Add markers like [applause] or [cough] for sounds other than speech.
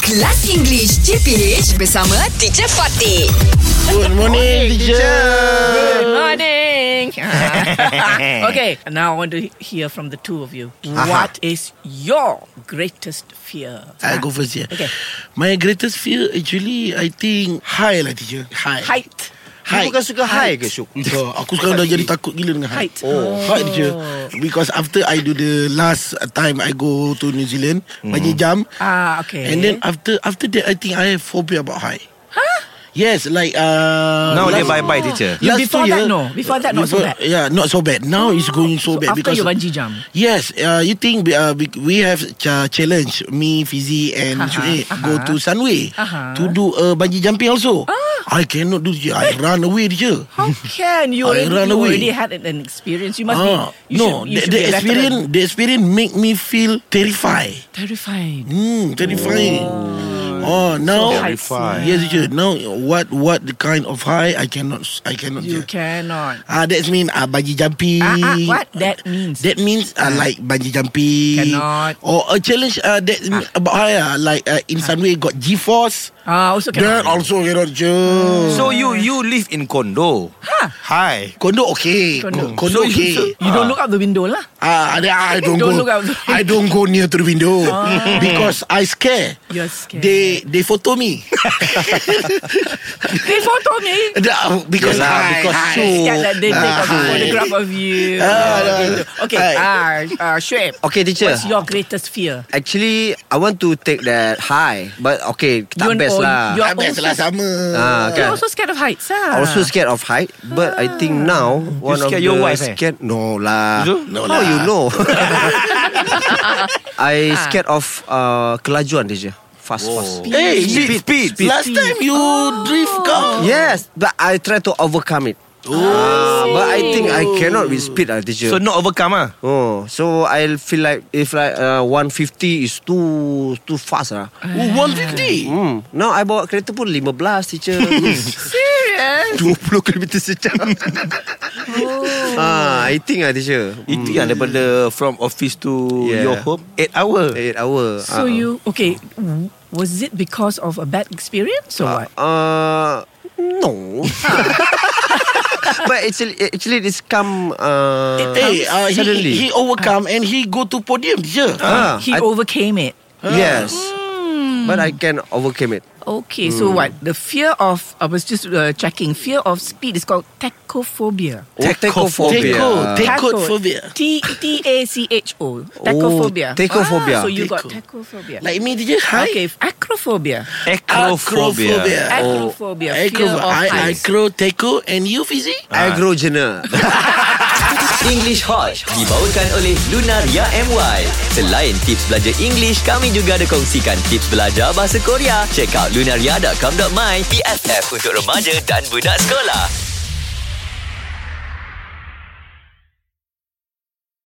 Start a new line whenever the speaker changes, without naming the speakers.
Kelas English CPH bersama Teacher Fatih.
Good morning, [laughs] teacher.
Morning.
[laughs]
Ah. okay, and now I want to hear from the two of you.
Uh-huh.
What is your greatest fear?
I go first here.
Okay.
My greatest fear actually I think high lah teacher. High.
Height.
Height.
Height. Bukan suka high ke Syuk?
So, aku sekarang dah jadi takut gila dengan height.
Height.
Oh. Height je. Because after I do the last time I go to New Zealand, bungee jump.
Ah, Mm-hmm. okay.
And then after after that I think I have phobia about height. Yes, like uh
Now dia
last-
bye-bye teacher
You
last
before
two year-
that, no? Before that, not so bad?
Yeah, not so bad. Now it's going so,
So
bad oh,
after
because
your bungee jump?
Yes, uh, you think uh, we, we have cha- challenge me, Fizi and uh
Aha,
go to Sunway
Aha. Ah.
to do uh, bungee jumping also. I cannot do it.
Eh.
I run away teacher. [laughs]
How can you
I
already,
run
you
away.
already had an- an experience? You
Ah,
must be. You
no,
should,
the,
you should
the
be a veteran.
experience the experience make me feel terrified.
Terrified.
Hmm, terrifying. Oh, now
So heights, Terrifying. yeah.
yes, teacher. Now what what the kind of high I cannot I cannot.
You
teacher.
cannot.
Ah, that's mean ah bungee jumping.
Ah, ah, what that means?
That means uh, like bungee jumping
Ah. Cannot.
Or a challenge uh, that about I uh, Like uh, in some way got G-force
Ah, also
That
cannot. Ah.
also cannot je
So you you live in condo
Huh.
Hi
Kondo okay Kondo,
Kondo.
Kondo
So
okay
you- so-
Ah. You don't look out the window lah.
Ah, I,
[laughs]
I don't,
Don't
go.
look out Ah. the
I don't go near to the window because I scare.
You're scared.
They they photo me [laughs]
They photo me.
uh, because
Yelah,
I
because
I-
so-
Scared that they take a
Hi.
photograph of
[laughs]
you. Oh, Okay, ah, ah, Shuib.
Okay teacher
What's your greatest fear?
Actually I want to take that high But okay Tak
You're
best
on-
lah
Ah,
you're-
best lah sama.
Ah,
You're
kan
also scared of heights, ah.
I also scared of height But I think now One
lah.
of
Ah. scared
the
your wife, eh?
scared No lah
You do?
No How you
[laughs]
know I scared of uh, Kelajuan teacher Fast fast
Hey,
Ah. Speed,
you-
speed, speed.
Last time you drift car.
Oh.
Yes But I try to overcome it Ah, But I think I cannot with speed lah teacher
So not overcome ah
Oh, so I feel like if like uh, 150 is too too fast lah.
Oh, 150.
Hmm. Now I bawa kereta pun 15 teacher.
Serious?
20 km sejam Ah, I think lah teacher
Itu yang daripada From office to
Yeah.
Your home 8 hour
8 hour
So you okay? w- Was it because of a bad experience or what?
uh, No [laughs] But actually Actually it's come uh,
Hey, uh,
Suddenly
he, he overcome and he go to podium je.
Ah,
he
I-
overcame it.
Yes But I can overcome it
Okay, so
Hmm.
what? The fear of I was just uh, checking. Fear of speed is called tachophobia.
Tachophobia
Tacho, take-
Tacho-
Tachophobia. Oh,
T T A C H O. Tachophobia.
tachophobia.
Ah, so you got
Tacho.
tachophobia.
Like me, teacher. Hi.
okay, acrophobia.
Acrophobia.
Acrophobia
Acrophobia. Fear
Acro,
of
Oh, I, I
heights.
crow, taco, and you, Fizi?
Agrogena
English Hot dibawakan oleh Lunaria MY. Ya Selain tips belajar English, kami juga ada kongsikan tips belajar bahasa Korea. Check out lunaria.com.my PFF untuk remaja dan budak sekolah.